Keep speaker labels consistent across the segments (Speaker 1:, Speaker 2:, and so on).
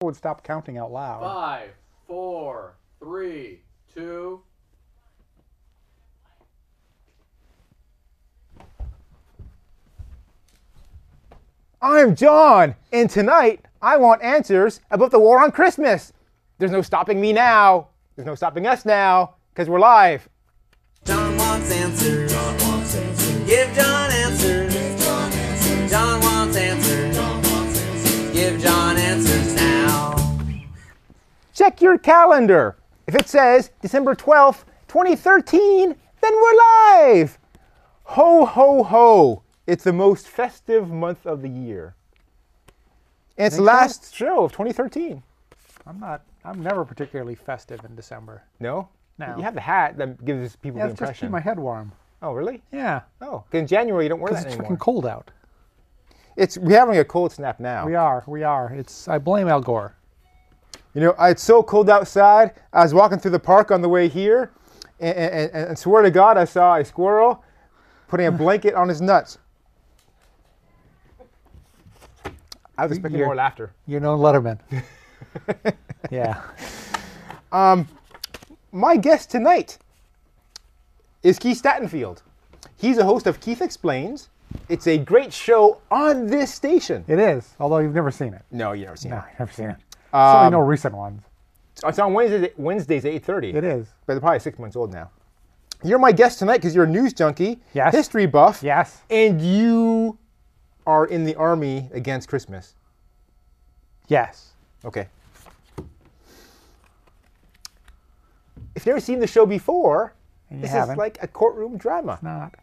Speaker 1: would stop counting out loud.
Speaker 2: Five, four, three, two.
Speaker 3: I'm John, and tonight I want answers about the war on Christmas. There's no stopping me now. There's no stopping us now, because we're live.
Speaker 4: John wants answers. John wants answers. Give John answers. Give John answers. John wants answers. John wants answers. Give John answers now.
Speaker 3: Check your calendar. If it says December 12th, 2013, then we're live. Ho, ho, ho. It's the most festive month of the year. And it's the last show of 2013.
Speaker 1: I'm not. I'm never particularly festive in December.
Speaker 3: No?
Speaker 1: No.
Speaker 3: You have the hat that gives people
Speaker 1: Yeah,
Speaker 3: the
Speaker 1: it's just to keep
Speaker 3: impression.
Speaker 1: my head warm.
Speaker 3: oh, really?
Speaker 1: Yeah,
Speaker 3: Oh, 'cause in January you don't wear that
Speaker 1: it's
Speaker 3: anymore.
Speaker 1: freaking cold out.
Speaker 3: It's we're having a cold snap now.
Speaker 1: We are. We are. It's. I blame Al Gore.
Speaker 3: You know, it's so cold outside. I was walking through the park on the way here, and, and, and, and swear to God, I saw a squirrel putting a blanket on his nuts. I was expecting
Speaker 1: You're-
Speaker 3: more laughter.
Speaker 1: You know Letterman. yeah.
Speaker 3: Um, My guest tonight is Keith Statenfield. He's a host of Keith Explains. It's a great show on this station.
Speaker 1: It is. Although you've never seen it.
Speaker 3: No, you never seen
Speaker 1: No,
Speaker 3: it. Um,
Speaker 1: I've never seen it. Certainly no recent ones.
Speaker 3: It's on Wednesdays, Wednesdays at 8.30.
Speaker 1: It is.
Speaker 3: but they're probably six months old now. You're my guest tonight because you're a news junkie,
Speaker 1: Yes.
Speaker 3: history buff,
Speaker 1: Yes.
Speaker 3: and you are in the army against Christmas.
Speaker 1: Yes.
Speaker 3: Okay. If you've never seen the show before,
Speaker 1: And you
Speaker 3: this
Speaker 1: haven't.
Speaker 3: is like a courtroom drama.
Speaker 1: not.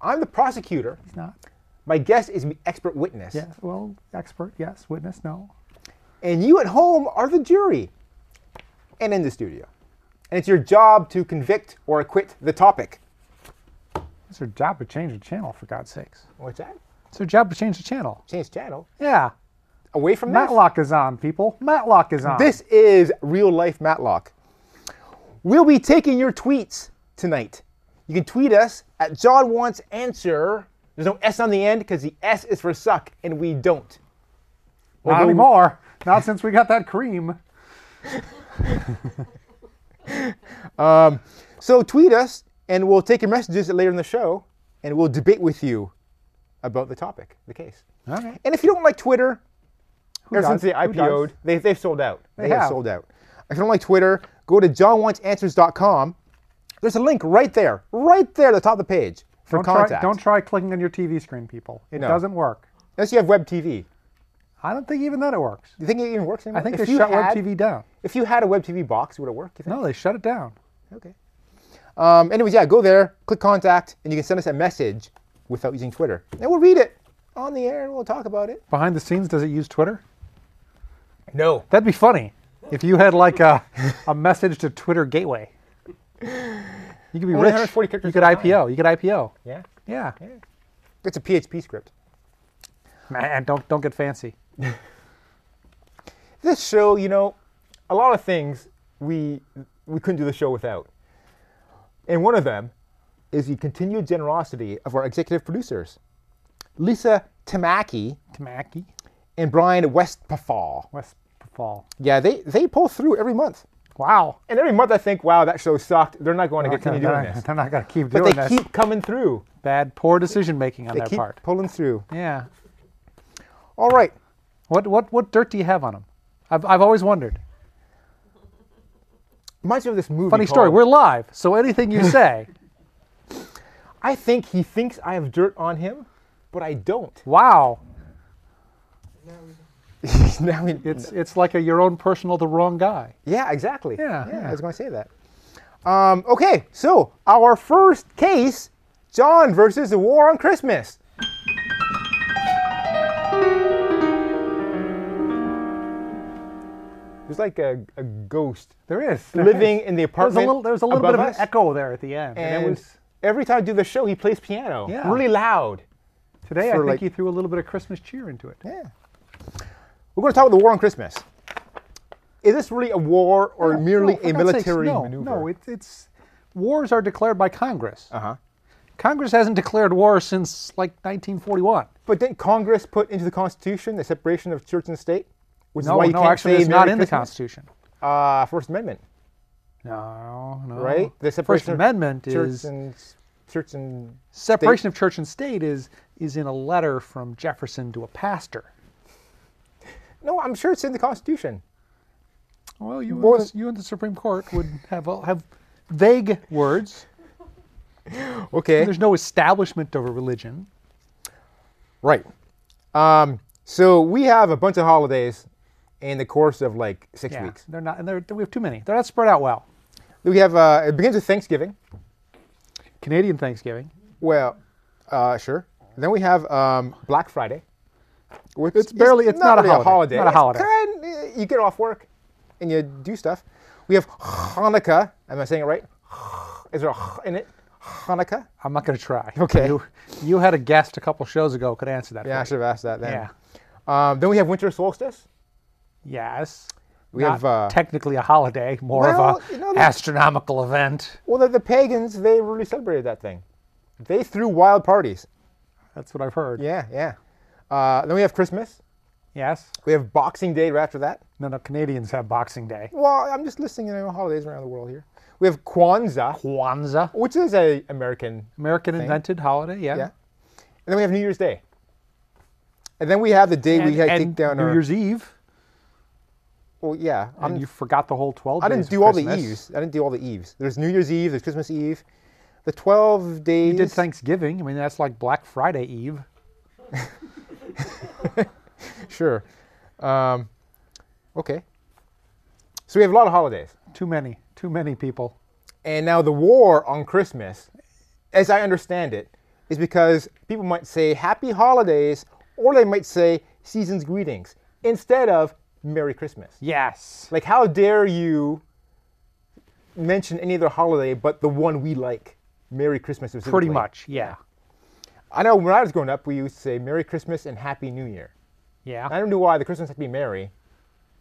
Speaker 3: I'm the prosecutor.
Speaker 1: It's not.
Speaker 3: My guest is the expert witness.
Speaker 1: Yeah. Well, expert. Yes. Witness. No.
Speaker 3: And you at home are the jury and in the studio. And it's your job to convict or acquit the topic.
Speaker 1: It's their job to change the channel, for God's sakes.
Speaker 3: What's that?
Speaker 1: It's their job to change the channel.
Speaker 3: Change channel.
Speaker 1: Yeah.
Speaker 3: Away from that.
Speaker 1: Matlock is on, people. Matlock is on.
Speaker 3: This is real life Matlock. We'll be taking your tweets tonight. You can tweet us at John Wants Answer. There's no S on the end because the S is for suck, and we don't.
Speaker 1: not
Speaker 3: although-
Speaker 1: anymore. Not since we got that cream.
Speaker 3: So tweet us, and we'll take your messages later in the show, and we'll debate with you about the topic, the case.
Speaker 1: All right.
Speaker 3: And if you don't like Twitter, ever since
Speaker 1: does?
Speaker 3: they
Speaker 1: Who does?
Speaker 3: IPO'd, they, they've sold out. They, have.
Speaker 1: have.
Speaker 3: sold out. If you don't like Twitter, go to johnwantsanswers.com. There's a link right there, right there at the top of the page for
Speaker 1: Don't
Speaker 3: contact.
Speaker 1: try, don't try clicking on your TV screen, people. It
Speaker 3: No.
Speaker 1: doesn't work.
Speaker 3: Unless you have web TV.
Speaker 1: I don't think even that it works.
Speaker 3: Do you think it even works anymore?
Speaker 1: I think
Speaker 3: If
Speaker 1: they
Speaker 3: you
Speaker 1: shut
Speaker 3: had-
Speaker 1: Web TV down.
Speaker 3: If you had a web TV box, would it work? You think?
Speaker 1: No, they shut it down.
Speaker 3: Okay. Um, anyways, yeah, go there, click contact, and you can send us a message without using Twitter. And we'll read it on the air and we'll talk about it.
Speaker 1: Behind the scenes, does it use Twitter?
Speaker 3: No.
Speaker 1: That'd be funny if you had like a, a message to Twitter gateway. You could be
Speaker 3: Only
Speaker 1: rich.
Speaker 3: 140 characters
Speaker 1: You could
Speaker 3: at a time.
Speaker 1: IPO. You could IPO.
Speaker 3: Yeah.
Speaker 1: Yeah.
Speaker 3: It's a PHP script.
Speaker 1: Man, don't don't get fancy.
Speaker 3: this show, you know, a lot of things we we couldn't do the show without. And one of them is the continued generosity of our executive producers, Lisa Tamaki
Speaker 1: Tamaki.
Speaker 3: and Brian Westpafall.
Speaker 1: West Fall.
Speaker 3: Yeah, they they pull through every month.
Speaker 1: Wow.
Speaker 3: And every month I think, wow, that show sucked. They're not going to continue
Speaker 1: they're,
Speaker 3: doing
Speaker 1: not-
Speaker 3: this.
Speaker 1: they're not gonna keep
Speaker 3: But
Speaker 1: doing
Speaker 3: they
Speaker 1: this.
Speaker 3: keep coming through.
Speaker 1: Bad, poor decision making on
Speaker 3: They
Speaker 1: their
Speaker 3: keep
Speaker 1: part.
Speaker 3: pulling through.
Speaker 1: Yeah.
Speaker 3: All right.
Speaker 1: What what what dirt do you have on them? I've I've always wondered.
Speaker 3: Reminds me of this movie.
Speaker 1: Funny story.
Speaker 3: called-
Speaker 1: We're live, so anything you say.
Speaker 3: I think he thinks I have dirt on him, but I don't.
Speaker 1: wow.
Speaker 3: now he-
Speaker 1: It's it's like a your own personal the wrong guy.
Speaker 3: Yeah, exactly.
Speaker 1: Yeah,
Speaker 3: yeah, I
Speaker 1: yeah.
Speaker 3: was going to say that. Um, okay, so our first case John versus the war on Christmas. There's like a, a ghost
Speaker 1: There is
Speaker 3: living in the
Speaker 1: There's
Speaker 3: apartment.
Speaker 1: a little there's a little
Speaker 3: above
Speaker 1: bit of an
Speaker 3: us,
Speaker 1: echo there at the end,
Speaker 3: And
Speaker 1: and it was
Speaker 3: every time I do the show, he plays piano
Speaker 1: Yeah.
Speaker 3: really loud.
Speaker 1: today. I
Speaker 3: for
Speaker 1: think
Speaker 3: like-
Speaker 1: he threw a little bit of Christmas cheer into it.
Speaker 3: Yeah. We're going to talk about the war on Christmas. Is this really a war or merely
Speaker 1: No, for
Speaker 3: a
Speaker 1: God's sakes,
Speaker 3: military
Speaker 1: no,
Speaker 3: maneuver?
Speaker 1: No, it, it's wars are declared by Congress.
Speaker 3: uh huh.
Speaker 1: Congress hasn't declared war since like 1941.
Speaker 3: But didn't Congress put into the Constitution the separation of church and state? Which is
Speaker 1: No,
Speaker 3: why you
Speaker 1: no,
Speaker 3: can't
Speaker 1: actually,
Speaker 3: say
Speaker 1: it's
Speaker 3: Merry
Speaker 1: not in the
Speaker 3: Christmas.
Speaker 1: Constitution.
Speaker 3: Uh, First Amendment,
Speaker 1: No, no.
Speaker 3: right? The
Speaker 1: First
Speaker 3: separation of
Speaker 1: Amendment
Speaker 3: church
Speaker 1: is
Speaker 3: and church and
Speaker 1: separation of church and state is is in a letter from Jefferson to a pastor.
Speaker 3: no. I'm sure it's in the Constitution.
Speaker 1: Well, you
Speaker 3: More
Speaker 1: and the, you and the Supreme Court would have all- have vague words.
Speaker 3: Okay,
Speaker 1: There's no establishment of a religion.
Speaker 3: right. Um, so we have a bunch of holidays in the course of like six
Speaker 1: Yeah,
Speaker 3: weeks.
Speaker 1: they're not, and they're, we have too many. They're not spread out well.
Speaker 3: We have uh, it begins with Thanksgiving.
Speaker 1: Canadian Thanksgiving.
Speaker 3: Well, uh, sure. Then we have um, Black Friday. Which
Speaker 1: It's
Speaker 3: is
Speaker 1: barely- it's not a
Speaker 3: really
Speaker 1: holiday. Not a holiday.
Speaker 3: It's kinda- you get off work and you do stuff. We have Hanukkah. Am I saying it right? Is there a H in it? Hanukkah?
Speaker 1: I'm not going to try.
Speaker 3: Okay.
Speaker 1: You, you had a guest a couple shows ago who could answer that.
Speaker 3: Yeah, I
Speaker 1: for you.
Speaker 3: should have asked that then.
Speaker 1: Yeah.
Speaker 3: Um, then we have winter solstice.
Speaker 1: Yes.
Speaker 3: We
Speaker 1: Not
Speaker 3: have. Uh,
Speaker 1: technically a holiday, more
Speaker 3: well,
Speaker 1: of a
Speaker 3: you know, the-
Speaker 1: astronomical event.
Speaker 3: well, the, the pagans they really celebrated that thing. They threw wild parties.
Speaker 1: That's what I've heard.
Speaker 3: Yeah, yeah. Uh, then we have Christmas.
Speaker 1: Yes.
Speaker 3: We have Boxing Day right after that.
Speaker 1: No, no. Canadians have Boxing Day.
Speaker 3: Well, I'm just listing you know, holidays around the world here. We have Kwanzaa.
Speaker 1: Kwanzaa,
Speaker 3: which is a American.
Speaker 1: American invented holiday. Yeah.
Speaker 3: Yeah. And then we have New Year's Day. And then we have the day
Speaker 1: And,
Speaker 3: we had
Speaker 1: and
Speaker 3: take down
Speaker 1: New
Speaker 3: our.
Speaker 1: Year's Eve,
Speaker 3: well, yeah. I'm-
Speaker 1: and you forgot the whole twelve.
Speaker 3: I didn't
Speaker 1: days of
Speaker 3: do all the
Speaker 1: Christmas.
Speaker 3: Eves. I didn't do all the Eves. There's New Year's Eve. There's Christmas Eve. The 12 days.
Speaker 1: You did Thanksgiving. I mean, that's like Black Friday Eve.
Speaker 3: Sure. Um, okay. So we have a lot of holidays.
Speaker 1: Too many, too many people.
Speaker 3: And now the war on Christmas, as I understand it, is because people might say happy holidays or they might say season's greetings instead of Merry Christmas.
Speaker 1: Yes.
Speaker 3: Like, how dare you mention any other holiday but the one we like, Merry Christmas.
Speaker 1: Pretty
Speaker 3: specifically.
Speaker 1: much. Yeah.
Speaker 3: I know when I was growing up, we used to say Merry Christmas and Happy New Year.
Speaker 1: Yeah.
Speaker 3: I don't know why the Christmas had to be merry,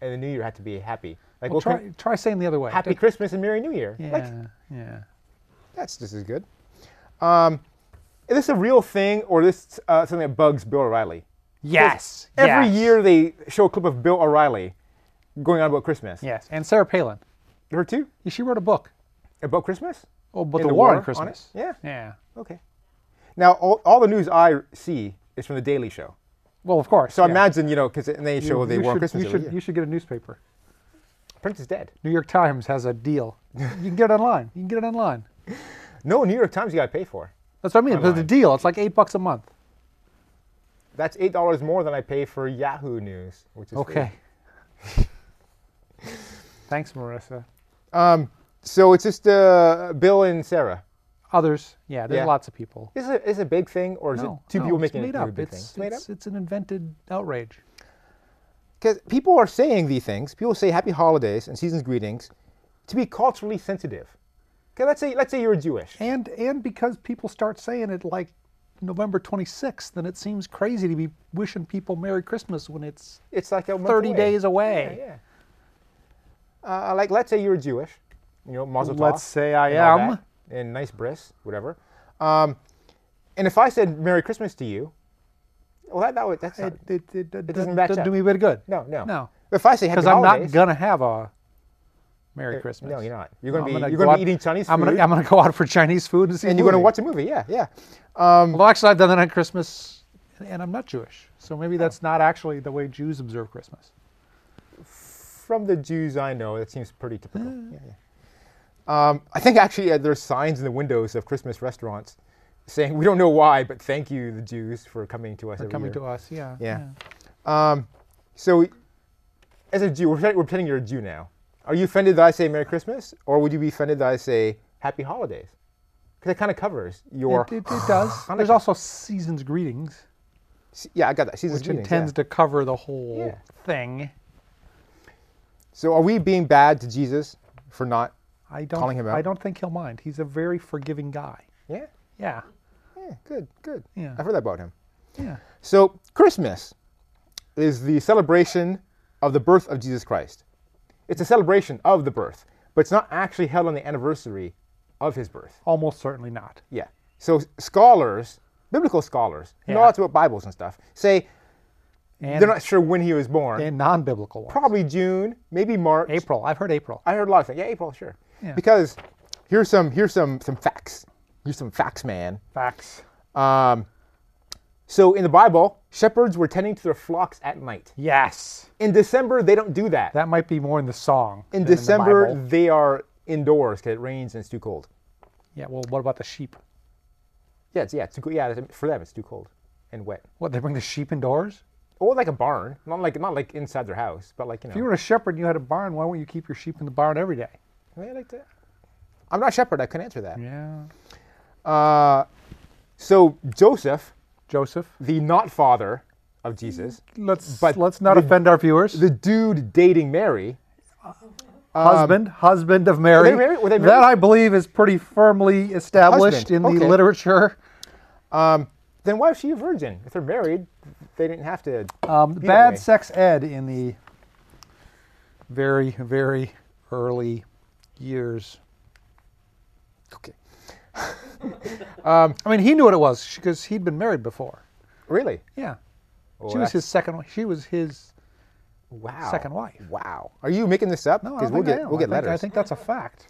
Speaker 3: and the New Year had to be happy. Like, well,
Speaker 1: try, try saying the other way.
Speaker 3: Happy Christmas and Merry New Year.
Speaker 1: Yeah.
Speaker 3: Like,
Speaker 1: yeah.
Speaker 3: that's just as good. Um, is this a real thing, or this uh, something that bugs Bill O'Reilly?
Speaker 1: Yes.
Speaker 3: Every
Speaker 1: yes,
Speaker 3: year they show a clip of Bill O'Reilly going on about Christmas.
Speaker 1: Yes. And Sarah Palin.
Speaker 3: Her too?
Speaker 1: She wrote a book.
Speaker 3: About Christmas?
Speaker 1: Oh, but
Speaker 3: And
Speaker 1: the, war, on
Speaker 3: it?
Speaker 1: Christmas.
Speaker 3: Yeah.
Speaker 1: Yeah.
Speaker 3: Okay. Now, all, all the news I see is from the Daily Show.
Speaker 1: Well, of course.
Speaker 3: So
Speaker 1: yeah.
Speaker 3: imagine, you know, because they show they
Speaker 1: you
Speaker 3: war on
Speaker 1: should,
Speaker 3: Christmas.
Speaker 1: You
Speaker 3: every
Speaker 1: should,
Speaker 3: year.
Speaker 1: you should get a newspaper.
Speaker 3: Prince is dead.
Speaker 1: New York Times has a deal. You can get it online. You can get it online.
Speaker 3: No New York Times you got to pay for.
Speaker 1: That's what I mean. There's a
Speaker 3: Online.
Speaker 1: deal. It's like eight bucks a month.
Speaker 3: That's eight dollars more than I pay for Yahoo News, which is free.
Speaker 1: Okay. Thanks, Marissa.
Speaker 3: Um, so it's just uh, Bill and Sarah.
Speaker 1: Others, yeah, there's
Speaker 3: Yeah.
Speaker 1: lots of people.
Speaker 3: Is it is it a big thing, or is
Speaker 1: no,
Speaker 3: it two
Speaker 1: no,
Speaker 3: people
Speaker 1: it's
Speaker 3: making
Speaker 1: made
Speaker 3: it
Speaker 1: up.
Speaker 3: a big
Speaker 1: it's,
Speaker 3: thing? made up.
Speaker 1: it's, it's an invented outrage.
Speaker 3: Because people are saying these things. People say Happy Holidays and Season's greetings to be culturally sensitive. Okay, let's say let's say you're Jewish.
Speaker 1: And and because people start saying it like November 26th, then it seems crazy to be wishing people Merry Christmas when it's
Speaker 3: It's like a month
Speaker 1: 30
Speaker 3: away.
Speaker 1: days away.
Speaker 3: Yeah. yeah. Uh, like, let's say you're Jewish, you know, Mazel
Speaker 1: Let's
Speaker 3: tov
Speaker 1: say I
Speaker 3: and all
Speaker 1: am.
Speaker 3: that, and nice bris, whatever. Um, and if I said Merry Christmas to you, well, that, that would that's not,
Speaker 1: It, it, it, it doesn't,
Speaker 3: doesn't match
Speaker 1: doesn't do
Speaker 3: up.
Speaker 1: me a bit of good.
Speaker 3: no, no,
Speaker 1: No.
Speaker 3: If I say Happy
Speaker 1: Because I'm not
Speaker 3: Holidays,
Speaker 1: going to have a Merry Christmas.
Speaker 3: No, you're not. You're gonna
Speaker 1: I'm
Speaker 3: be
Speaker 1: gonna
Speaker 3: you're
Speaker 1: go
Speaker 3: gonna
Speaker 1: out-
Speaker 3: be eating Chinese
Speaker 1: I'm
Speaker 3: food,
Speaker 1: gonna, I'm gonna go out for Chinese food and see.
Speaker 3: and you're gonna
Speaker 1: movie.
Speaker 3: watch a movie. Yeah, yeah.
Speaker 1: Well, actually, I've done that on Christmas, and I'm not Jewish, so
Speaker 3: Oh.
Speaker 1: maybe that's not actually the way Jews observe Christmas.
Speaker 3: From the Jews I know, that seems pretty typical.
Speaker 1: Mm.
Speaker 3: yeah, yeah. Um, I think actually uh, there's signs in the windows of Christmas restaurants saying we don't know why, but thank you the Jews for coming to us. every
Speaker 1: Coming
Speaker 3: year."
Speaker 1: to us, yeah.
Speaker 3: Yeah. Um, so, as a Jew, we're pretending, we're pretending you're a Jew now. Are you offended that I say Merry Christmas, or would you be offended that I say Happy Holidays? Because it kind of covers your.
Speaker 1: It, it, it does. There's also seasons greetings,
Speaker 3: yeah, I got that. Season's
Speaker 1: which
Speaker 3: greetings,
Speaker 1: intends
Speaker 3: yeah.
Speaker 1: to cover the whole
Speaker 3: Yeah.
Speaker 1: thing.
Speaker 3: So, are we being bad to Jesus for not?
Speaker 1: I don't.
Speaker 3: Calling him out.
Speaker 1: I don't think he'll mind. He's a very forgiving guy.
Speaker 3: Yeah,
Speaker 1: Yeah.
Speaker 3: yeah, good, good.
Speaker 1: Yeah.
Speaker 3: I've heard that about him.
Speaker 1: Yeah.
Speaker 3: So, Christmas is the celebration of the birth of Jesus Christ. It's a celebration of the birth, but it's not actually held on the anniversary of his birth.
Speaker 1: Almost certainly not.
Speaker 3: Yeah. So s- scholars, biblical scholars, who know
Speaker 1: Yeah.
Speaker 3: lots about Bibles and stuff, say
Speaker 1: and,
Speaker 3: They're not sure when he was born.
Speaker 1: and non-biblical ones.
Speaker 3: Probably June, maybe March.
Speaker 1: April. I've heard April.
Speaker 3: I heard a lot of things. Yeah, April, sure.
Speaker 1: Yeah.
Speaker 3: Because here's some here's some some facts. Here's some facts, man.
Speaker 1: Facts.
Speaker 3: Um, so in the Bible, shepherds were tending to their flocks at night.
Speaker 1: Yes.
Speaker 3: In December, they don't do that.
Speaker 1: That might be more in the song. than
Speaker 3: in
Speaker 1: the
Speaker 3: December,
Speaker 1: Bible.
Speaker 3: they are indoors because it rains and it's too cold.
Speaker 1: yeah. Well, what about the sheep?
Speaker 3: Yeah, it's, yeah, it's too, co- yeah. it's- For them, it's too cold and wet.
Speaker 1: What they bring the sheep indoors?
Speaker 3: Or like a barn, not like not like inside their house, but like you know.
Speaker 1: If you were a shepherd and you had a barn, why wouldn't you keep your sheep in the barn every day?
Speaker 3: I mean, I like to- I'm not a shepherd. I couldn't answer that.
Speaker 1: Yeah.
Speaker 3: Uh, so Joseph,
Speaker 1: Joseph.
Speaker 3: the not father of Jesus,
Speaker 1: Let's
Speaker 3: But
Speaker 1: let's not offend our viewers.
Speaker 3: the dude dating Mary,
Speaker 1: husband, Um, husband of Mary.
Speaker 3: Were they married? Were they
Speaker 1: That
Speaker 3: married?
Speaker 1: I believe is pretty firmly established
Speaker 3: Husband,
Speaker 1: in the
Speaker 3: okay.
Speaker 1: literature.
Speaker 3: then why is she a virgin? If they're married, they didn't have to.
Speaker 1: Um,
Speaker 3: Either
Speaker 1: bad
Speaker 3: way.
Speaker 1: sex ed in the very very early years.
Speaker 3: Okay.
Speaker 1: I mean, he knew what it was because he'd been married before.
Speaker 3: Really?
Speaker 1: Yeah.
Speaker 3: Well,
Speaker 1: she was
Speaker 3: that's-
Speaker 1: his second. She was his.
Speaker 3: wow.
Speaker 1: second wife.
Speaker 3: Wow. Are you making this up?
Speaker 1: No, I
Speaker 3: Because
Speaker 1: don't
Speaker 3: we'll
Speaker 1: think I
Speaker 3: get
Speaker 1: am.
Speaker 3: we'll
Speaker 1: I
Speaker 3: get
Speaker 1: think-
Speaker 3: letters.
Speaker 1: I think that's a fact.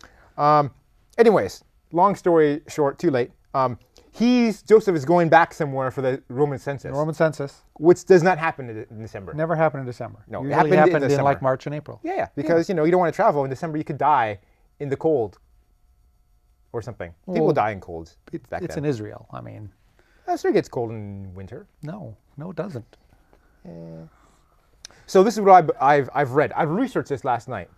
Speaker 3: Anyways, long story short, too late. Um, he's Joseph is going back somewhere for the Roman census,
Speaker 1: Roman census
Speaker 3: which does not happen in in December.
Speaker 1: never happened in December.
Speaker 3: No, it
Speaker 1: Usually
Speaker 3: happened in
Speaker 1: happened
Speaker 3: December.
Speaker 1: like March and April.
Speaker 3: Yeah, because you know you don't want to travel in December. You could die in the cold or something. People
Speaker 1: Well,
Speaker 3: die in colds back
Speaker 1: it's
Speaker 3: then.
Speaker 1: in Israel. I mean,
Speaker 3: Uh, so it gets cold in winter.
Speaker 1: no, no, it doesn't.
Speaker 3: So this is what I, I've I've read. I've researched this last night.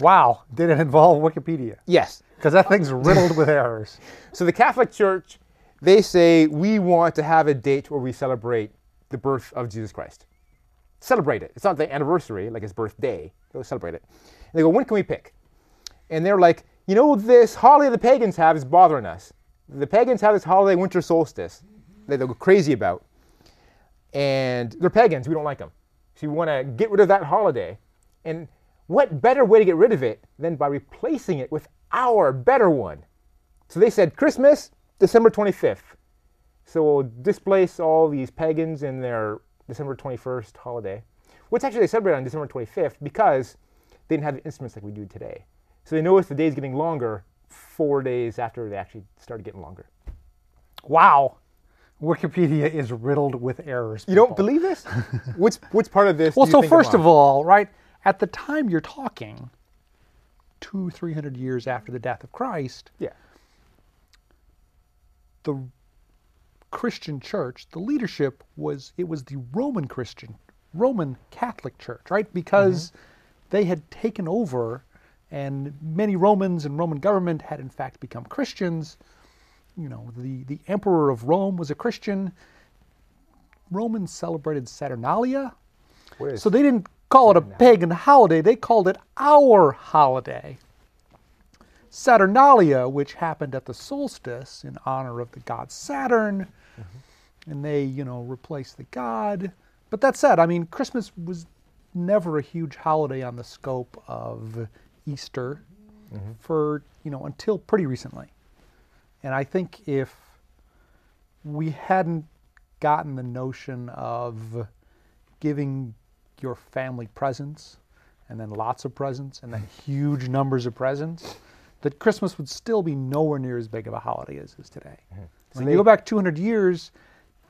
Speaker 1: Wow, did it involve Wikipedia?
Speaker 3: Yes.
Speaker 1: Because that thing's riddled with errors.
Speaker 3: So the Catholic Church, they say we want to have a date where we celebrate the birth of Jesus Christ. Celebrate it. It's not the anniversary, like his birthday. Go celebrate it. And they go, when can we pick? And they're like, you know, this holiday the pagans have is bothering us. The pagans have this holiday, winter solstice, that they go crazy about. And they're pagans. We don't like them. So we want to get rid of that holiday. And what better way to get rid of it than by replacing it with our better one? So they said Christmas, December 25th. So we'll displace all these pagans in their December 21st holiday, which actually they celebrate on December 25th because they didn't have the instruments like we do today. So they noticed the day's getting longer four days after they actually started getting longer.
Speaker 1: Wow, Wikipedia is riddled with errors.
Speaker 3: You don't believe this? which, which part of this?
Speaker 1: Well,
Speaker 3: do you
Speaker 1: so
Speaker 3: think
Speaker 1: first of
Speaker 3: wrong?
Speaker 1: all, right at the time you're talking, two, three hundred years after the death of Christ,
Speaker 3: Yeah.
Speaker 1: the Christian church, the leadership was it was the Roman Christian, Roman Catholic Church, right? Because they had taken over and many Romans and Roman government had in fact become Christians. You know, the, the emperor of Rome was a Christian. Romans celebrated Saturnalia.
Speaker 3: What is-
Speaker 1: So they didn't call it a pagan holiday, they called it our holiday. Saturnalia, which happened at the solstice in honor of the god Saturn, and they, you know, replaced the god. But that said, I mean, Christmas was never a huge holiday on the scope of Easter for, you know, until pretty recently. And I think if we hadn't gotten the notion of giving your family presents and then lots of presents and then huge numbers of presents, that Christmas would still be nowhere near as big of a holiday as it is today. When you go back 200 years,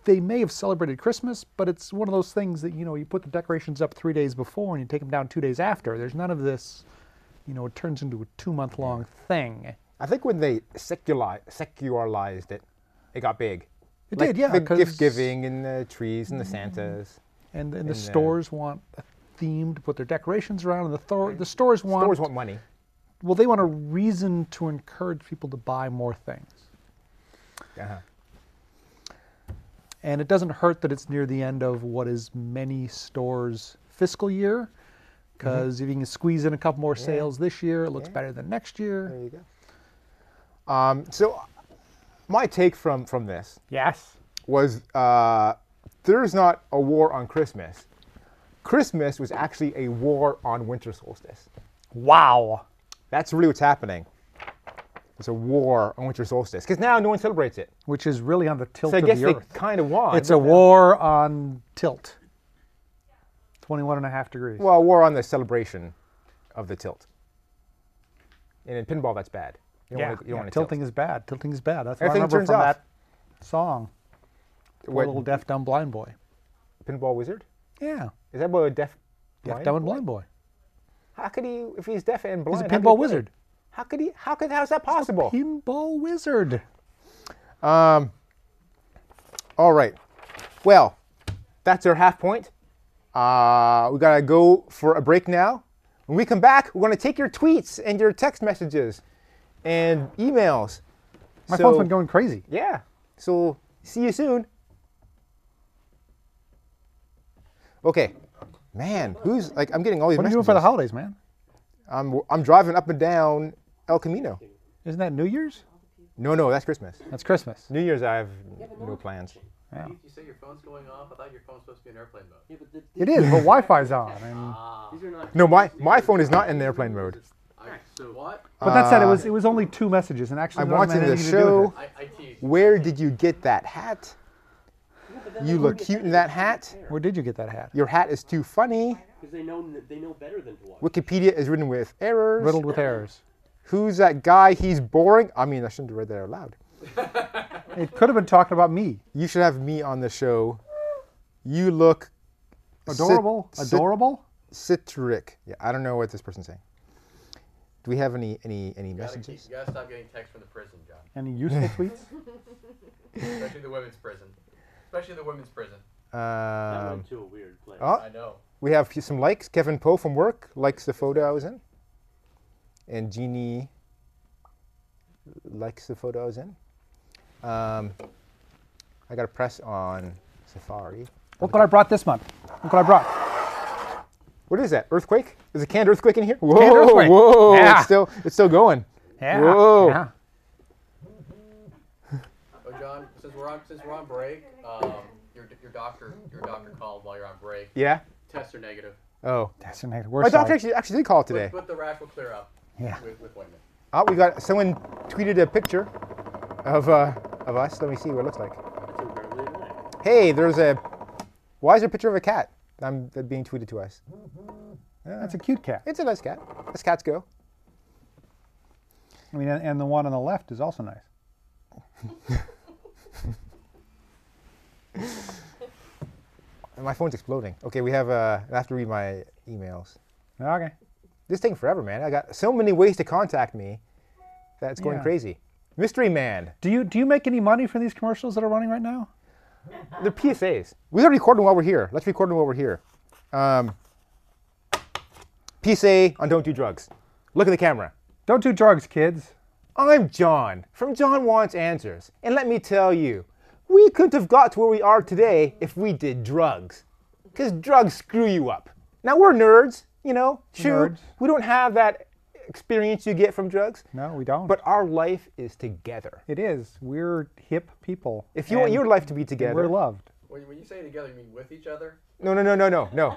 Speaker 1: they may have celebrated Christmas, but it's one of those things that, you know, you put the decorations up three days before and you take them down two days after. There's none of this, you know, it turns into a two month long thing.
Speaker 3: I think when they seculari- secularized it, it got big.
Speaker 1: It did, yeah,
Speaker 3: The
Speaker 1: 'cause- Mm-hmm.
Speaker 3: gift giving and the trees and the Santas.
Speaker 1: And, and the
Speaker 3: And, uh,
Speaker 1: stores want a theme to put their decorations around, and the, thor- the stores want
Speaker 3: Stores want money.
Speaker 1: well, they want a reason to encourage people to buy more things.
Speaker 3: Uh-huh.
Speaker 1: And it doesn't hurt that it's near the end of what is many stores' fiscal year,
Speaker 3: Mm-hmm.
Speaker 1: because if you can squeeze in a couple more sales this year, it looks better than next year.
Speaker 3: There you go. Um, so, my take from from this
Speaker 1: Yes.
Speaker 3: was uh, there's not a war on Christmas. Christmas was actually a war on winter solstice.
Speaker 1: Wow.
Speaker 3: That's really what's happening. It's a war on winter solstice because now no one celebrates it.
Speaker 1: Which is really on the tilt
Speaker 3: So I
Speaker 1: of
Speaker 3: guess
Speaker 1: the
Speaker 3: they
Speaker 1: earth.
Speaker 3: kind of won.
Speaker 1: It's
Speaker 3: but
Speaker 1: a
Speaker 3: now-
Speaker 1: war on tilt. 21 and a half degrees.
Speaker 3: Well, we're on the celebration of the tilt. And in pinball, that's bad. You don't
Speaker 1: yeah,
Speaker 3: wanna, you don't
Speaker 1: yeah,
Speaker 3: wanna tilt.
Speaker 1: tilting is bad. Tilting is bad. That's what I
Speaker 3: Everything
Speaker 1: remember
Speaker 3: turns
Speaker 1: from
Speaker 3: off.
Speaker 1: that song. Poor
Speaker 3: What-
Speaker 1: little deaf dumb blind boy.
Speaker 3: Pinball wizard?
Speaker 1: Yeah,
Speaker 3: Is that what a deaf
Speaker 1: deaf
Speaker 3: blind
Speaker 1: dumb and
Speaker 3: boy-
Speaker 1: blind boy.
Speaker 3: How could he, if he's deaf and blind?
Speaker 1: He's a
Speaker 3: how could he
Speaker 1: pinball
Speaker 3: play?
Speaker 1: wizard.
Speaker 3: How could he? How could? How's that possible?
Speaker 1: Pinball wizard.
Speaker 3: All right. Well, that's our half point. Uh, we gotta go for a break now. When we come back, we're gonna take your tweets and your text messages and emails.
Speaker 1: My
Speaker 3: So-
Speaker 1: phone's been going crazy.
Speaker 3: Yeah. So see you soon. Okay. Man, who's like? I'm getting all these.
Speaker 1: What are you doing for the holidays, man?
Speaker 3: I'm I'm driving up and down El Camino.
Speaker 1: Isn't that New Year's?
Speaker 3: No, no, that's Christmas.
Speaker 1: That's Christmas.
Speaker 3: New Year's, I have no plans.
Speaker 1: Yeah.
Speaker 2: Keith, you say your phone's going off. I thought your phone's supposed to be in airplane mode.
Speaker 5: Yeah, but the,
Speaker 1: It is, but Wi-Fi's on. And,
Speaker 5: these are not.
Speaker 3: No, my my phone is not in airplane mode.
Speaker 2: I, so what?
Speaker 1: but that said, it was it was only two messages, and actually,
Speaker 3: I'm
Speaker 1: none of them
Speaker 3: watching
Speaker 1: had
Speaker 3: the
Speaker 1: anything to do with
Speaker 3: show.
Speaker 1: it.
Speaker 2: I, I teased.
Speaker 3: Where did you get that hat?
Speaker 5: Yeah, but then
Speaker 3: You
Speaker 5: they
Speaker 3: look
Speaker 5: wouldn't
Speaker 3: cute
Speaker 5: get
Speaker 3: in
Speaker 5: that
Speaker 3: that hat.
Speaker 1: Where did you get that hat?
Speaker 3: Your hat is too funny.
Speaker 5: because they know they know better than to watch.
Speaker 3: Wikipedia is written with errors.
Speaker 1: Riddled with errors.
Speaker 3: Who's that guy? He's boring. I mean, I shouldn't have read that out loud.
Speaker 1: It could have been talking about me.
Speaker 3: You should have me on the show. You look cit-
Speaker 1: Adorable,
Speaker 3: cit-
Speaker 1: adorable.
Speaker 3: citric. Yeah, I don't know what this person's saying. Do we have any any any
Speaker 2: Gotta keep,
Speaker 3: messages?
Speaker 2: you gotta stop getting texts from the prison, John.
Speaker 1: Any useful tweets?
Speaker 2: Especially the women's prison. Especially the women's prison.
Speaker 5: That
Speaker 3: Um,
Speaker 5: went to a weird place.
Speaker 3: oh.
Speaker 2: I know.
Speaker 3: we have some likes. Kevin Poe from work likes the photo I was in, and Jeannie likes the photo I was in. Um, I got to press on Safari.
Speaker 1: Look what I brought this month. Look what I brought.
Speaker 3: What is that? Earthquake? Is a canned earthquake in here? Whoa!
Speaker 1: earthquake.
Speaker 3: Whoa!
Speaker 1: Yeah.
Speaker 3: It's still it's still going.
Speaker 1: Yeah.
Speaker 3: Whoa.
Speaker 1: yeah.
Speaker 2: Oh, John, since we're on since we're on break, um, your, your doctor your doctor called while you're on break.
Speaker 3: Yeah.
Speaker 2: Tests are negative.
Speaker 3: Oh,
Speaker 1: That's a negative. We're
Speaker 3: my doctor
Speaker 1: sorry.
Speaker 3: actually actually did call today.
Speaker 2: But, but the rash will clear up.
Speaker 1: Yeah.
Speaker 2: With, with ointment.
Speaker 3: Oh, we got someone tweeted a picture of uh, of us. Let me see what it looks like.
Speaker 5: That's incredibly annoying.
Speaker 3: Hey, there's a. Why is there a picture of a cat? I'm that being tweeted to us.
Speaker 1: That's a cute cat.
Speaker 3: It's a nice cat. As cats go.
Speaker 1: I mean, and, and the one on the left is also nice.
Speaker 3: And my phone's exploding. Okay, we have. Uh, I have to read my emails.
Speaker 1: Okay.
Speaker 3: This thing forever, man. I got so many ways to contact me. That's going
Speaker 1: Yeah.
Speaker 3: crazy. Mystery man.
Speaker 1: Do you do you make any money from these commercials that are running right now?
Speaker 3: They're PSAs. We gotta record them while we're here. Let's record them while we're here. Um, PSA on don't do drugs. Look at the camera.
Speaker 1: Don't do drugs, kids.
Speaker 3: I'm John from John Wants Answers, and let me tell you, we couldn't have got to where we are today if we did drugs. Because drugs screw you up. Now, we're nerds, you know, true.
Speaker 1: Nerds.
Speaker 3: We don't have that experience you get from drugs,
Speaker 1: No, we don't.
Speaker 3: but our life is together.
Speaker 1: it is. We're hip people.
Speaker 3: If you want
Speaker 1: and
Speaker 3: your life to be together,
Speaker 1: we're loved.
Speaker 2: When, when you say together, you mean with each other?
Speaker 3: no, no, no, no, no, no.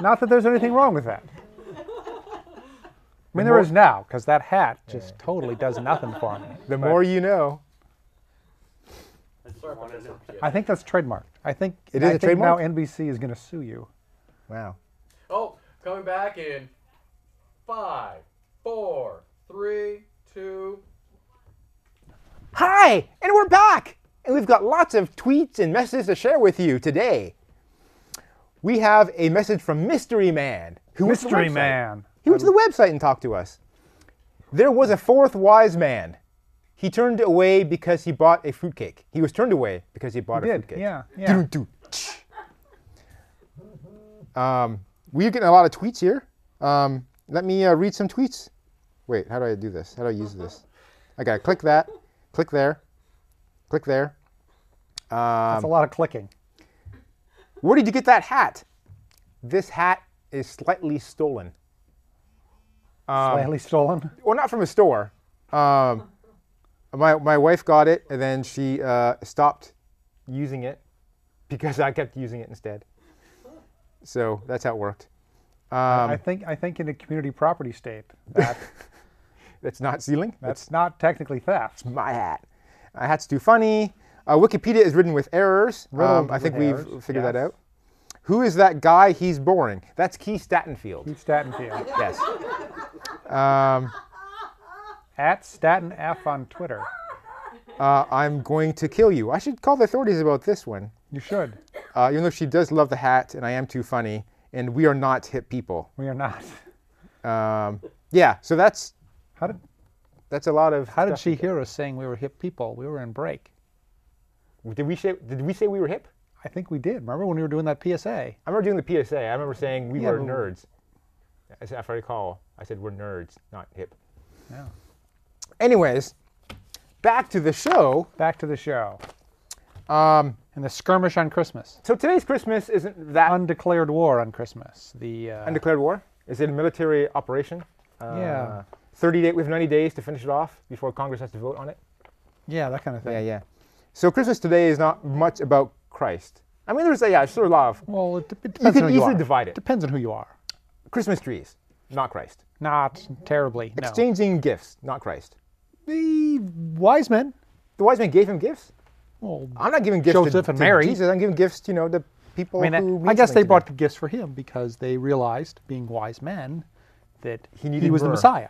Speaker 1: Not that there's anything wrong with that. I mean, there is now, because that hat just totally does nothing for me.
Speaker 3: The more you know.
Speaker 5: I just
Speaker 2: Sorry,
Speaker 5: want to
Speaker 2: Professor.
Speaker 5: know.
Speaker 1: I think that's trademarked. I think
Speaker 3: It
Speaker 1: I
Speaker 3: is a
Speaker 1: think
Speaker 3: trademark?
Speaker 1: now NBC is going to sue you.
Speaker 3: Wow.
Speaker 2: Oh, coming back in five, four, three, two.
Speaker 3: Hi, and we're back! And we've got lots of tweets and messages to share with you today. We have a message from Mystery Man. Who went to the
Speaker 1: Mystery
Speaker 3: website.
Speaker 1: Man.
Speaker 3: He went to the website and talked to us. There was a fourth wise man. He turned away because he bought a fruitcake. He was turned away because he bought a
Speaker 1: Did
Speaker 3: fruitcake.
Speaker 1: yeah yeah.
Speaker 3: Doo-doo. um, we're getting a lot of tweets here. Um, let me uh, read some tweets. Wait, how do I do this? How do I use this? I gotta click that, click there, click there.
Speaker 1: That's a lot of clicking.
Speaker 3: Where did you get that hat? This hat is slightly stolen. Um,
Speaker 1: Slightly stolen.
Speaker 3: well, not from a store. Um, my my wife got it, and then she uh, stopped using it because I kept using it instead. So that's how it worked.
Speaker 1: I
Speaker 3: Um,
Speaker 1: think I think in a community property state that
Speaker 3: that's not stealing. That's
Speaker 1: that's not technically theft.
Speaker 3: my hat. Uh, hat's too funny. Uh, Wikipedia is written with errors.
Speaker 1: Riddled
Speaker 3: I think
Speaker 1: with
Speaker 3: we've
Speaker 1: errors,
Speaker 3: figured that
Speaker 1: yes.
Speaker 3: out. Who is that guy? He's boring. That's Keith Statenfield.
Speaker 1: Keith Statenfield.
Speaker 3: Yes. Um,
Speaker 1: At Staten F on Twitter.
Speaker 3: uh, I'm going to kill you. I should call the authorities about this one.
Speaker 1: You should.
Speaker 3: Uh, even though she does love the hat, and I am too funny, and we are not hip people.
Speaker 1: We are not.
Speaker 3: Um, yeah. So that's
Speaker 1: How did
Speaker 3: that's a lot of.
Speaker 1: how did
Speaker 3: stuff.
Speaker 1: she hear us saying we were hip people? We were in break.
Speaker 3: Did we say? Did we say we were hip?
Speaker 1: I think we did. Remember when we were doing that PSA?
Speaker 3: I remember doing the PSA. I remember saying we
Speaker 1: Yeah,
Speaker 3: were
Speaker 1: but-
Speaker 3: nerds. I said, if I recall, I said we're nerds, not hip.
Speaker 1: Yeah.
Speaker 3: Anyways, back to the show.
Speaker 1: Back to the show.
Speaker 3: Um,
Speaker 1: And the skirmish on Christmas.
Speaker 3: so today's Christmas isn't that
Speaker 1: Undeclared war on Christmas. The uh,
Speaker 3: undeclared war. Is it a military operation? Uh,
Speaker 1: Yeah.
Speaker 3: 30 day. We have 90 days to finish it off before Congress has to vote on it.
Speaker 1: yeah, that kind of thing.
Speaker 3: Yeah, yeah. So Christmas today is not much about Christ. I mean, there's a, yeah, sure, a lot of
Speaker 1: Well, it, dep- it depends
Speaker 3: can
Speaker 1: on who you
Speaker 3: easily
Speaker 1: are.
Speaker 3: divide it.
Speaker 1: Depends on who you are.
Speaker 3: Christmas trees, not Christ.
Speaker 1: Not terribly. No.
Speaker 3: Exchanging gifts, not Christ.
Speaker 1: the wise men.
Speaker 3: The wise men gave him gifts.
Speaker 1: Well,
Speaker 3: I'm not giving gifts
Speaker 1: Joseph
Speaker 3: to,
Speaker 1: and
Speaker 3: to
Speaker 1: Mary.
Speaker 3: Jesus. I'm giving gifts, you know, to people
Speaker 1: I mean,
Speaker 3: who.
Speaker 1: I-
Speaker 3: mean
Speaker 1: I guess
Speaker 3: something
Speaker 1: they
Speaker 3: to me.
Speaker 1: brought the gifts for him because they realized, being wise men, that
Speaker 3: He
Speaker 1: he,
Speaker 3: needed
Speaker 1: was the
Speaker 3: myrrh.
Speaker 1: Messiah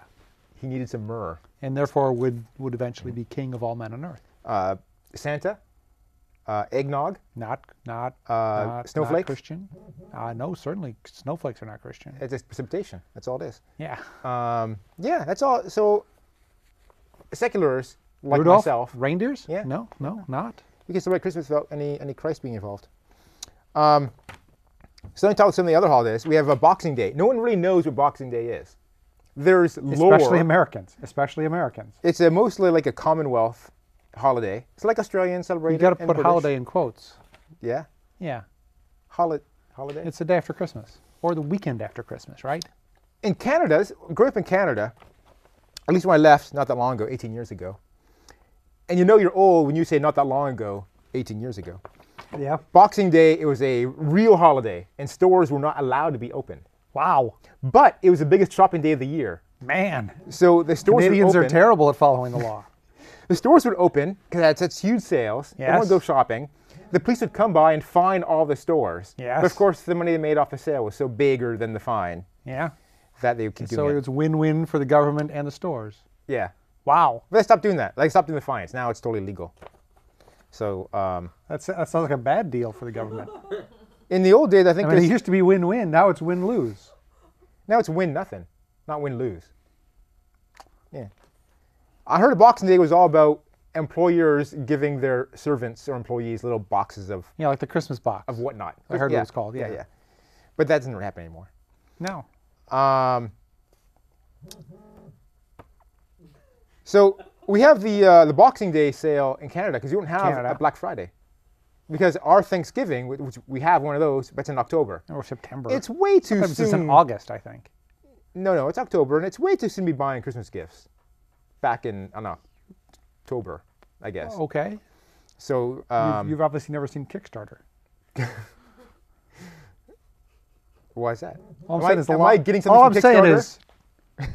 Speaker 3: He needed some myrrh.
Speaker 1: and therefore would, would eventually be king of all men on earth.
Speaker 3: Uh, Santa, uh, eggnog.
Speaker 1: Not, not,
Speaker 3: Uh,
Speaker 1: not- not
Speaker 3: snowflakes?
Speaker 1: Christian. Uh, no, certainly snowflakes are not Christian.
Speaker 3: It's just precipitation. That's all it is.
Speaker 1: yeah.
Speaker 3: Um, yeah, that's all. So seculars like
Speaker 1: Rudolph,
Speaker 3: myself,
Speaker 1: reindeers?
Speaker 3: Yeah.
Speaker 1: No, no, not.
Speaker 3: we can celebrate Christmas without any any Christ being involved. Um, so let me talk about some of the other holidays. We have a Boxing Day. No one really knows what Boxing Day is. There's lore.
Speaker 1: Especially Americans. Especially Americans.
Speaker 3: It's a mostly like a Commonwealth holiday. It's like Australian
Speaker 1: You
Speaker 3: celebrated.
Speaker 1: got to
Speaker 3: and
Speaker 1: put
Speaker 3: British.
Speaker 1: holiday in quotes.
Speaker 3: Yeah.
Speaker 1: Yeah.
Speaker 3: Holi- holiday.
Speaker 1: It's the day after Christmas or the weekend after Christmas, right?
Speaker 3: in Canada, this- growing up in Canada, at least when I left not that long ago, 18 years ago, and you know you're old when you say not that long ago, 18 years ago.
Speaker 1: Yeah.
Speaker 3: Boxing Day, it was a real holiday, and stores were not allowed to be open.
Speaker 1: Wow.
Speaker 3: But it was the biggest shopping day of the year.
Speaker 1: Man.
Speaker 3: So the stores
Speaker 1: Canadians
Speaker 3: would
Speaker 1: are
Speaker 3: open.
Speaker 1: terrible at following the law.
Speaker 3: The stores would open because that's such huge sales. Everyone would
Speaker 1: Yes.
Speaker 3: go shopping. The police would come by and fine all the stores. But
Speaker 1: Yes.
Speaker 3: of course, the money they made off the sale was so bigger than the fine
Speaker 1: Yeah.
Speaker 3: that they would keep
Speaker 1: So
Speaker 3: doing
Speaker 1: it
Speaker 3: it.
Speaker 1: was win-win for the government and the stores.
Speaker 3: yeah.
Speaker 1: Wow,
Speaker 3: But they stopped doing that. They stopped doing the fines. Now it's totally legal. So um,
Speaker 1: That's, that sounds like a bad deal for the government.
Speaker 3: in the old days, I think
Speaker 1: I mean, it
Speaker 3: there's-
Speaker 1: used to be win-win. Now it's win-lose.
Speaker 3: now it's win nothing, not win lose. Yeah. I heard Boxing Day was all about employers giving their servants or employees little boxes of,
Speaker 1: Yeah, like the Christmas box.
Speaker 3: of whatnot.
Speaker 1: I heard what
Speaker 3: yeah.
Speaker 1: it's called, yeah.
Speaker 3: yeah, yeah. But that doesn't happen anymore.
Speaker 1: No.
Speaker 3: Um, so we have the uh, the Boxing Day sale in Canada because you don't have a
Speaker 1: Canada.
Speaker 3: Black Friday because our Thanksgiving, whi- which we have one of those, but it's in October.
Speaker 1: Or September.
Speaker 3: It's way too
Speaker 1: Sometimes
Speaker 3: soon.
Speaker 1: it's in August, I think.
Speaker 3: No, no, it's October, and it's way too soon to be buying Christmas gifts. Back in I don't know, October, I guess.
Speaker 1: Okay.
Speaker 3: So
Speaker 1: You've,
Speaker 3: um,
Speaker 1: you've obviously never seen Kickstarter.
Speaker 3: why is that?
Speaker 1: All I'm
Speaker 3: am
Speaker 1: saying
Speaker 3: I,
Speaker 1: is the
Speaker 3: am
Speaker 1: law-
Speaker 3: I getting something
Speaker 1: All
Speaker 3: from
Speaker 1: I'm saying
Speaker 3: Kickstarter?
Speaker 1: is,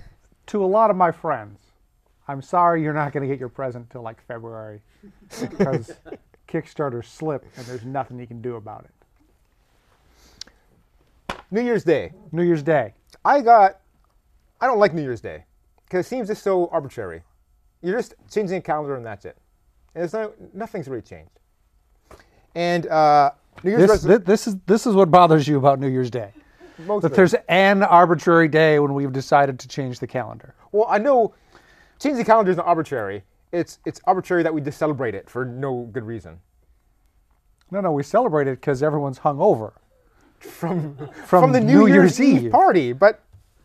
Speaker 1: to a lot of my friends, I'm sorry you're not going to get your present till like February because Kickstarter slipped and there's nothing you can do about it.
Speaker 3: New Year's Day.
Speaker 1: New Year's Day.
Speaker 3: I got. I don't like New Year's Day because it seems just so arbitrary. You're just changing a calendar and that's it. And there's no nothing's really changed. And uh, New Year's
Speaker 1: This,
Speaker 3: resolution.
Speaker 1: thi- this is this is what bothers you about New Year's Day.
Speaker 3: mostly.
Speaker 1: That there's an arbitrary day when we've decided to change the calendar.
Speaker 3: well, I know changing the calendar is not arbitrary. It's it's arbitrary that we just celebrate it for no good reason.
Speaker 1: No, no, we celebrate it because everyone's hungover from from,
Speaker 3: From the New, Year's, Eve. party, but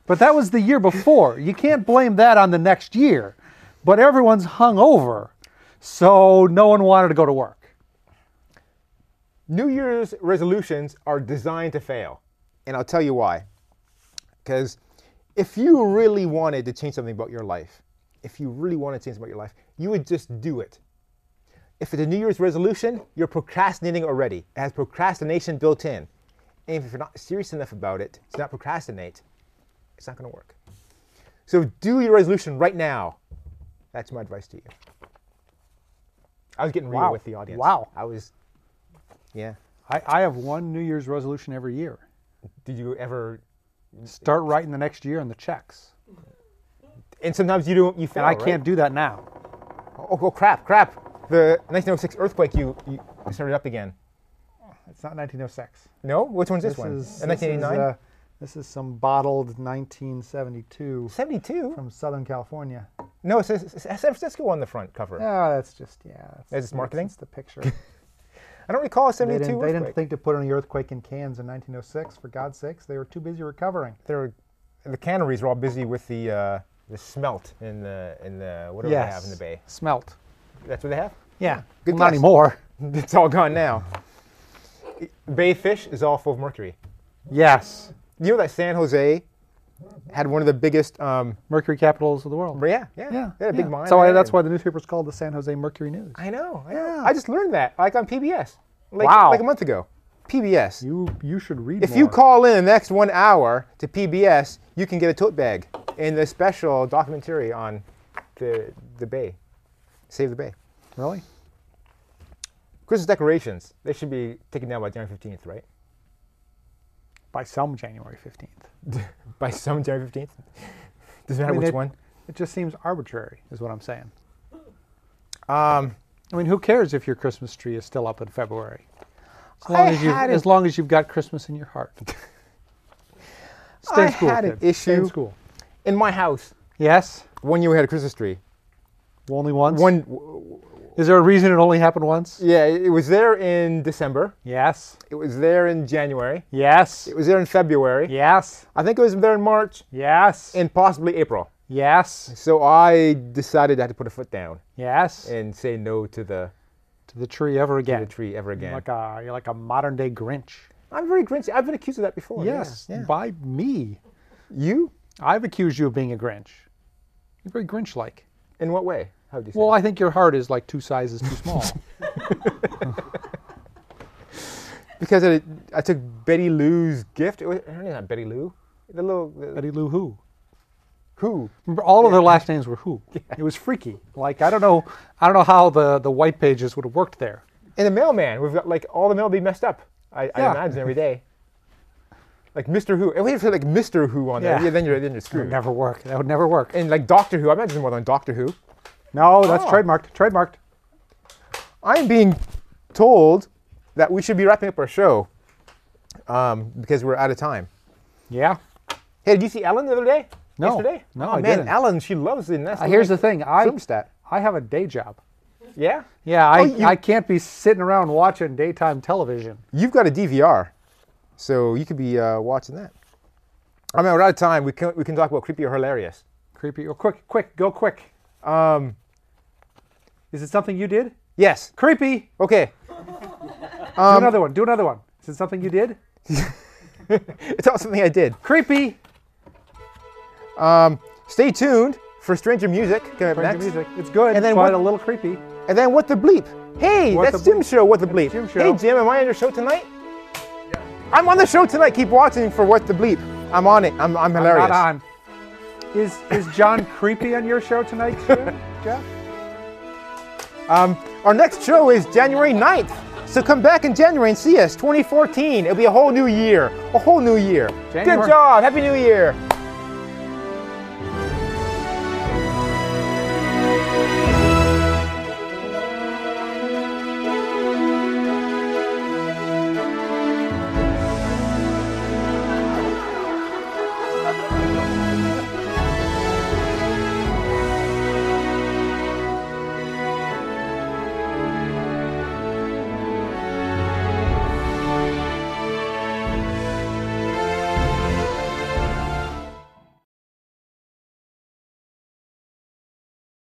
Speaker 1: But that was the year before. You can't blame that on the next year. But everyone's hungover, so no one wanted to go to work.
Speaker 3: New Year's resolutions are designed to fail. And I'll tell you why. Because if you really wanted to change something about your life, if you really wanted to change something about your life, you would just do it. If it's a New Year's resolution, you're procrastinating already. It has procrastination built in. And if you're not serious enough about it to not procrastinate, it's not going to work. So do your resolution right now. That's my advice to you. I was getting real
Speaker 1: Wow.
Speaker 3: with the audience.
Speaker 1: Wow.
Speaker 3: I was, yeah.
Speaker 1: I, I have one New Year's resolution every year.
Speaker 3: Did you ever?
Speaker 1: Start writing the next year on the checks.
Speaker 3: And sometimes you don't. You fail.
Speaker 1: And I
Speaker 3: right?
Speaker 1: can't do that now.
Speaker 3: Oh, oh crap! Crap! The 1906 earthquake. You you started up again.
Speaker 1: It's not 1906.
Speaker 3: No, which one's this, one?
Speaker 1: is
Speaker 3: A
Speaker 1: this is,
Speaker 3: 1989.
Speaker 1: uh, this is some bottled 1972
Speaker 3: 72.
Speaker 1: from Southern California.
Speaker 3: No, it says it says San Francisco on the front cover.
Speaker 1: Yeah, that's just yeah. That's,
Speaker 3: That's just marketing?
Speaker 1: That's the picture.
Speaker 3: I don't recall a
Speaker 1: they
Speaker 3: 72
Speaker 1: didn't, they
Speaker 3: earthquake.
Speaker 1: didn't think to put any earthquake in Cairns in 1906. For God's sakes, they were too busy recovering.
Speaker 3: they were, the canneries were all busy with the uh, the smelt in the in the whatever they have in the bay.
Speaker 1: Smelt.
Speaker 3: That's what they have.
Speaker 1: Yeah.
Speaker 3: Good
Speaker 1: Well, not
Speaker 3: guess.
Speaker 1: anymore.
Speaker 3: It's all gone now. Bay fish is all full of mercury.
Speaker 1: Yes.
Speaker 3: You know that San Jose had one of the biggest. Um,
Speaker 1: Mercury capitals of the world.
Speaker 3: yeah, yeah,
Speaker 1: Yeah.
Speaker 3: They had a big
Speaker 1: yeah.
Speaker 3: mine.
Speaker 1: So I,
Speaker 3: there
Speaker 1: that's
Speaker 3: and-
Speaker 1: why the newspaper's called the San Jose Mercury News.
Speaker 3: I know. I, know.
Speaker 1: Yeah.
Speaker 3: I just learned that like on PBS. Like,
Speaker 1: Wow.
Speaker 3: Like a month ago. PBS.
Speaker 1: You you should read.
Speaker 3: if you
Speaker 1: more.
Speaker 3: call in the next one hour to PBS, you can get a tote bag in the special documentary on the the bay, save the bay.
Speaker 1: really,
Speaker 3: Christmas decorations. They should be taken down by January 15th, right?
Speaker 1: by some January 15th,
Speaker 3: By some January 15th. Doesn't matter
Speaker 1: mean,
Speaker 3: which
Speaker 1: it-
Speaker 3: one.
Speaker 1: it just seems arbitrary, is what I'm saying.
Speaker 3: Um,
Speaker 1: I mean, who cares if your Christmas tree is still up in February? As
Speaker 3: I
Speaker 1: long as you
Speaker 3: had
Speaker 1: as
Speaker 3: it-
Speaker 1: long as you've got Christmas in your heart. Stay
Speaker 3: I
Speaker 1: in school,
Speaker 3: had an
Speaker 1: kid. Stay in
Speaker 3: issue-
Speaker 1: school.
Speaker 3: in my house,
Speaker 1: Yes,
Speaker 3: one year we had a Christmas tree.
Speaker 1: only once.
Speaker 3: One,
Speaker 1: Is there a reason it only happened once?
Speaker 3: yeah, it was there in December.
Speaker 1: Yes.
Speaker 3: It was there in January.
Speaker 1: Yes.
Speaker 3: It was there in February.
Speaker 1: Yes.
Speaker 3: I think it was there in March
Speaker 1: Yes.
Speaker 3: and possibly April.
Speaker 1: yes.
Speaker 3: So I decided I had to put a foot down
Speaker 1: Yes.
Speaker 3: and say no to the,
Speaker 1: to the tree ever
Speaker 3: to the
Speaker 1: again.
Speaker 3: tree ever again.
Speaker 1: Like a you're like a modern day Grinch.
Speaker 3: I'm very grinchy. I've been accused of that before. Oh, yeah,
Speaker 1: yes,
Speaker 3: yeah.
Speaker 1: by me.
Speaker 3: You?
Speaker 1: I've accused you of being a Grinch. You're very Grinch-like.
Speaker 3: In what way? How do you say?
Speaker 1: Well, I think your heart is like two sizes too small.
Speaker 3: because I, I took Betty Lou's gift. It was, her name's not Betty Lou. The little the,
Speaker 1: Betty Lou Who.
Speaker 3: who?
Speaker 1: Remember, all of their last names were Who. It was freaky. Like I don't know, I don't know how the the white pages would have worked there.
Speaker 3: And the mailman. We've got like all the mail be messed up. I, I
Speaker 1: Yeah.
Speaker 3: imagine every day. Like Mr. Who. And we have to like Mr. Who on there.
Speaker 1: Yeah.
Speaker 3: Yeah, then you're then you're
Speaker 1: It would
Speaker 3: screwed.
Speaker 1: never work. That would never work.
Speaker 3: And like Doctor Who. I imagine more than Doctor Who.
Speaker 1: No, that's
Speaker 3: Oh.
Speaker 1: trademarked. Trademarked.
Speaker 3: I'm being told that we should be wrapping up our show um, because we're out of time.
Speaker 1: Yeah.
Speaker 3: Hey, did you see Ellen the other day?
Speaker 1: No.
Speaker 3: Yesterday?
Speaker 1: No,
Speaker 3: oh,
Speaker 1: I
Speaker 3: man,
Speaker 1: didn't.
Speaker 3: Ellen, she loves it. And that's
Speaker 1: Uh, here's the thing. I
Speaker 3: film stat.
Speaker 1: I have a day job.
Speaker 3: Yeah,
Speaker 1: Yeah, I,
Speaker 3: Oh, you-
Speaker 1: I can't be sitting around watching daytime television.
Speaker 3: you've got a DVR, so you could be uh, watching that. I mean, we're out of time. We can we can talk about creepy or hilarious.
Speaker 1: Creepy. Oh, quick, quick, go quick.
Speaker 3: Um,
Speaker 1: Is it something you did?
Speaker 3: yes.
Speaker 1: Creepy.
Speaker 3: Okay.
Speaker 1: do another one. Do another one. Is it something you did?
Speaker 3: It's all something I did.
Speaker 1: Creepy.
Speaker 3: Stay tuned for Stranger Music coming up
Speaker 1: Stranger
Speaker 3: next.
Speaker 1: music. It's good.
Speaker 3: And
Speaker 1: And
Speaker 3: then
Speaker 1: then quite
Speaker 3: what-
Speaker 1: a little creepy.
Speaker 3: And then what the bleep? Hey,
Speaker 1: What
Speaker 3: that's
Speaker 1: the
Speaker 3: Jim's show. What the bleep?
Speaker 1: That's Jim's show.
Speaker 3: Hey, Jim, am I on your show tonight? I'm on the show tonight. Keep watching for what the bleep. I'm on it. I'm, I'm hilarious.
Speaker 1: Not on. Is is John creepy on your show tonight too, Jeff?
Speaker 3: Um, our next show is January 9th. So come back in January and see us. 2014. It'll be a whole new year. A whole new year.
Speaker 1: January-
Speaker 3: Good job. Happy New Year.